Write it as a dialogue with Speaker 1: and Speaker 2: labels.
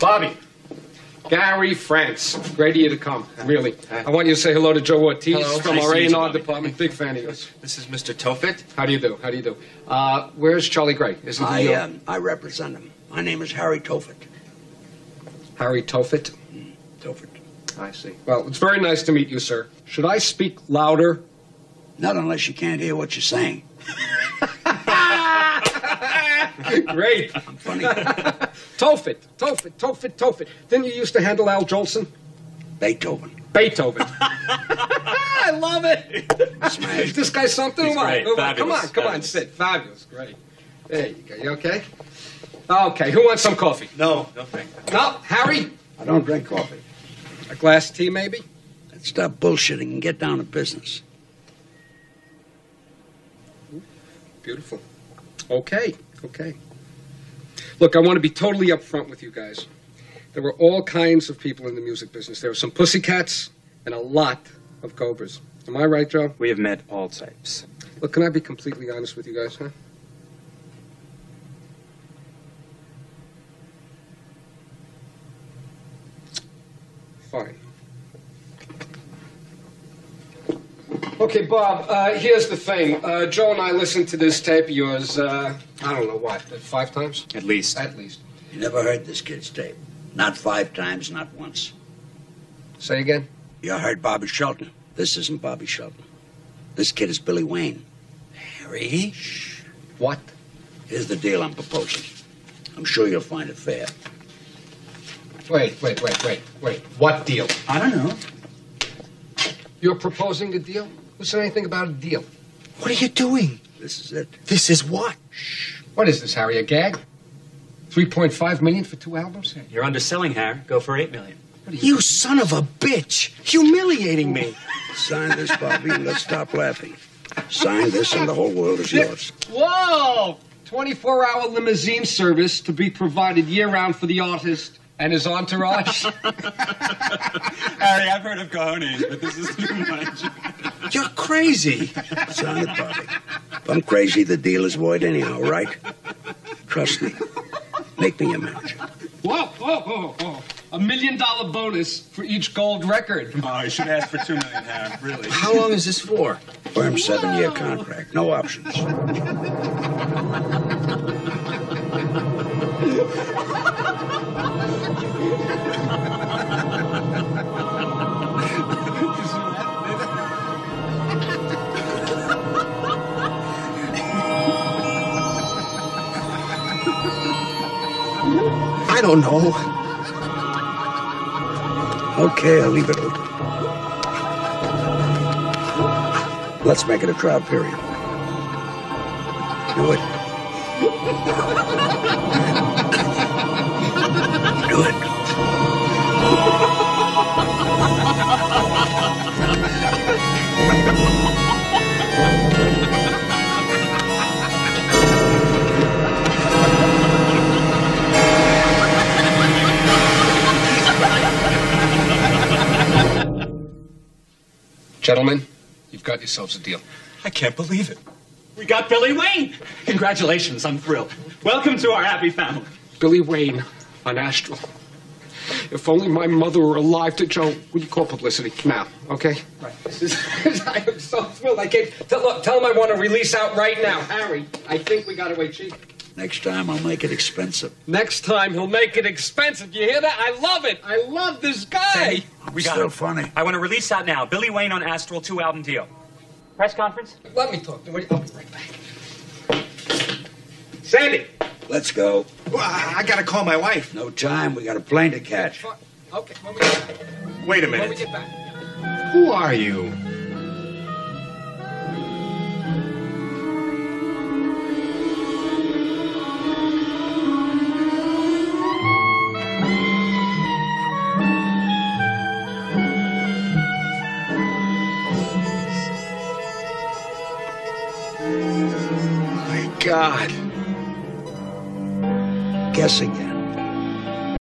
Speaker 1: Bobby, Gary, France, great of you to come, really. I want you to say hello to Joe Ortiz
Speaker 2: Hello.
Speaker 1: from
Speaker 2: Nice
Speaker 1: our
Speaker 2: to meet you,
Speaker 1: A&R
Speaker 2: Bobby.
Speaker 1: department. Big fan of yours.
Speaker 2: This is Mr. Tofit.
Speaker 1: How do you do? How do you do? Uh, where's Charlie Gray? Isn't he
Speaker 3: I
Speaker 1: your-
Speaker 3: um, I represent him. My name is Harry Tofut.
Speaker 1: Harry Tofit?
Speaker 3: Tofut.
Speaker 1: I see. Well, it's very nice to meet you, sir. Should I speak louder?
Speaker 3: Not unless you can't hear what you're saying.
Speaker 1: Great.
Speaker 3: I'm funny.
Speaker 1: Tofit, Tofit, Tofit, Tofit. Didn't you used to handle Al Jolson?
Speaker 3: Beethoven.
Speaker 1: Beethoven. I love it. Is this guy something?
Speaker 2: He's
Speaker 1: Come on,
Speaker 2: great.
Speaker 1: come on, come
Speaker 2: Fabulous,
Speaker 1: on, come on,
Speaker 2: fabulous.
Speaker 1: sit. Fabulous, great. There you go. You okay? Okay. Who wants some coffee?
Speaker 2: No, no thank
Speaker 1: No, Harry.
Speaker 3: I don't drink coffee.
Speaker 1: A glass tea, maybe.
Speaker 3: Let's stop bullshitting and get down to business.
Speaker 1: Beautiful. Okay. Okay. Look, I want to be totally upfront with you guys. There were all kinds of people in the music business. There were some pussycats and a lot of cobras. Am I right, Joe?
Speaker 4: We have met all types.
Speaker 1: Look, can I be completely honest with you guys, huh? Fine. Okay, Bob, uh, here's the thing. Uh, Joe and I listened to this tape of yours, uh, I don't know what, five times?
Speaker 4: At least.
Speaker 1: At least.
Speaker 3: You never heard this kid's tape. Not five times, not once.
Speaker 1: Say again?
Speaker 3: You heard Bobby Shelton. This isn't Bobby Shelton. This kid is Billy Wayne.
Speaker 2: Harry?
Speaker 1: What?
Speaker 3: Here's the deal I'm proposing. I'm sure you'll find it fair.
Speaker 1: Wait, wait, wait, wait, wait. What deal?
Speaker 3: I don't know.
Speaker 1: You're proposing a deal? Who said anything about a deal?
Speaker 2: What are you doing?
Speaker 3: This is it.
Speaker 2: This is what?
Speaker 1: What is this, Harry? A gag? 3.5 million for two albums?
Speaker 4: You're underselling, Harry. Go for eight million.
Speaker 2: You son of a bitch! Humiliating me!
Speaker 3: Sign this, Bobby, and let's stop laughing. Sign this, and the whole world is yours.
Speaker 1: Whoa! 24 hour limousine service to be provided year round for the artist and his entourage.
Speaker 4: Harry, I've heard of cojones, but this is too much.
Speaker 2: You're crazy!
Speaker 3: Sign it, Bobby. If I'm crazy, the deal is void anyhow, right? Trust me. Make me your manager.
Speaker 1: whoa, whoa, whoa, whoa. A million dollar bonus for each gold record.
Speaker 4: Oh, you should ask for two million, Harry. Really?
Speaker 2: How long is this for?
Speaker 3: Firm seven-year contract, no options.
Speaker 2: I don't know.
Speaker 3: Okay, I'll leave it open. Let's make it a trial period. Do it. Do it.
Speaker 1: Gentlemen, you've got yourselves a deal.
Speaker 4: I can't believe it. We got Billy Wayne. Congratulations, I'm thrilled. Welcome to our happy family.
Speaker 1: Billy Wayne on Astral. If only my mother were alive to Joe. Would you call publicity now? Okay. Right. This is, I am so thrilled. I can't tell, look, tell him I want to release out right now, Harry. I think we got away cheap.
Speaker 3: Next time, I'll make it expensive.
Speaker 1: Next time he'll make it expensive. You hear that? I love it. I love this guy.
Speaker 4: We got
Speaker 3: Still
Speaker 4: it.
Speaker 3: funny.
Speaker 4: I want to release out now. Billy Wayne on Astral two album deal. Press conference.
Speaker 1: Let me talk to him. I'll be right back. Sandy.
Speaker 3: Let's go.
Speaker 2: Well, I, I gotta call my wife.
Speaker 3: No time. We got a plane to catch.
Speaker 1: Okay. When we get back.
Speaker 2: Wait a
Speaker 1: When we
Speaker 2: minute.
Speaker 1: get back.
Speaker 2: Who are you? My God.
Speaker 3: Guess again.